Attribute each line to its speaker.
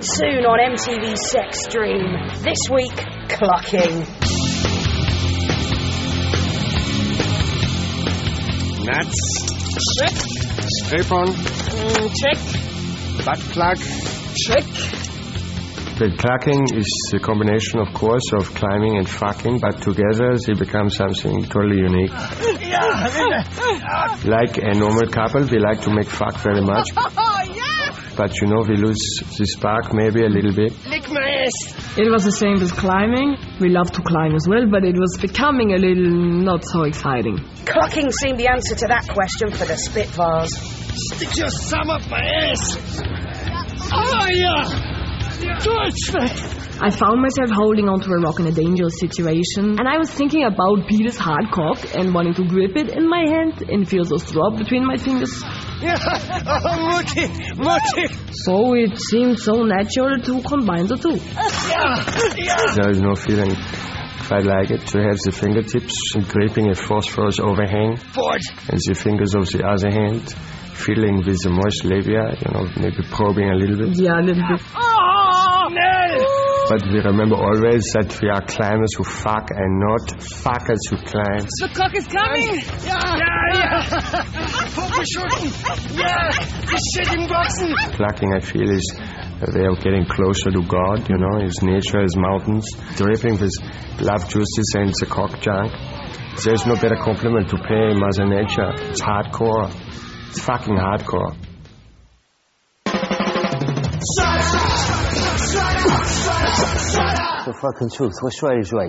Speaker 1: soon on MTV Sex Dream. This week, clucking.
Speaker 2: Nuts,
Speaker 1: Check,
Speaker 2: scrape on,
Speaker 1: mm, check,
Speaker 2: butt plug.
Speaker 1: check.
Speaker 3: The clacking is the combination, of course, of climbing and fucking, but together they become something totally unique. Like a normal couple, we like to make fuck very much,
Speaker 1: Oh, yeah!
Speaker 3: but you know, we lose the spark maybe a little bit.
Speaker 1: Lick my ass.
Speaker 4: It was the same with climbing. We love to climb as well, but it was becoming a little not so exciting.
Speaker 1: Clucking seemed the answer to that question for the Spitfires.
Speaker 2: Stick your thumb up my ass. Oh, yeah. Deutschland.
Speaker 4: I found myself holding onto a rock in a dangerous situation, and I was thinking about Peter's hard cock and wanting to grip it in my hand and feel those drop between my fingers.
Speaker 2: Yeah. Oh, Mutti, Mutti.
Speaker 4: So it seemed so natural to combine the two.
Speaker 3: There is no feeling quite like it to have the fingertips gripping a phosphorus overhang
Speaker 2: Bored.
Speaker 3: and the fingers of the other hand feeling with the moist labia, you know, maybe probing a little bit.
Speaker 4: Yeah, a little bit.
Speaker 2: Oh, no.
Speaker 3: But we remember always that we are climbers who fuck and not fuckers who climb.
Speaker 1: The cock is coming!
Speaker 2: Yeah, yeah. Popeschutten. Yeah. The shit in Boxen.
Speaker 3: Plucking, I feel, is a way of getting closer to God, you know, His nature, His mountains, dripping with love juices and the cock junk. There's no better compliment to pay Mother Nature. It's hardcore. It's fucking hardcore.
Speaker 5: The fucking truth. What's right is right.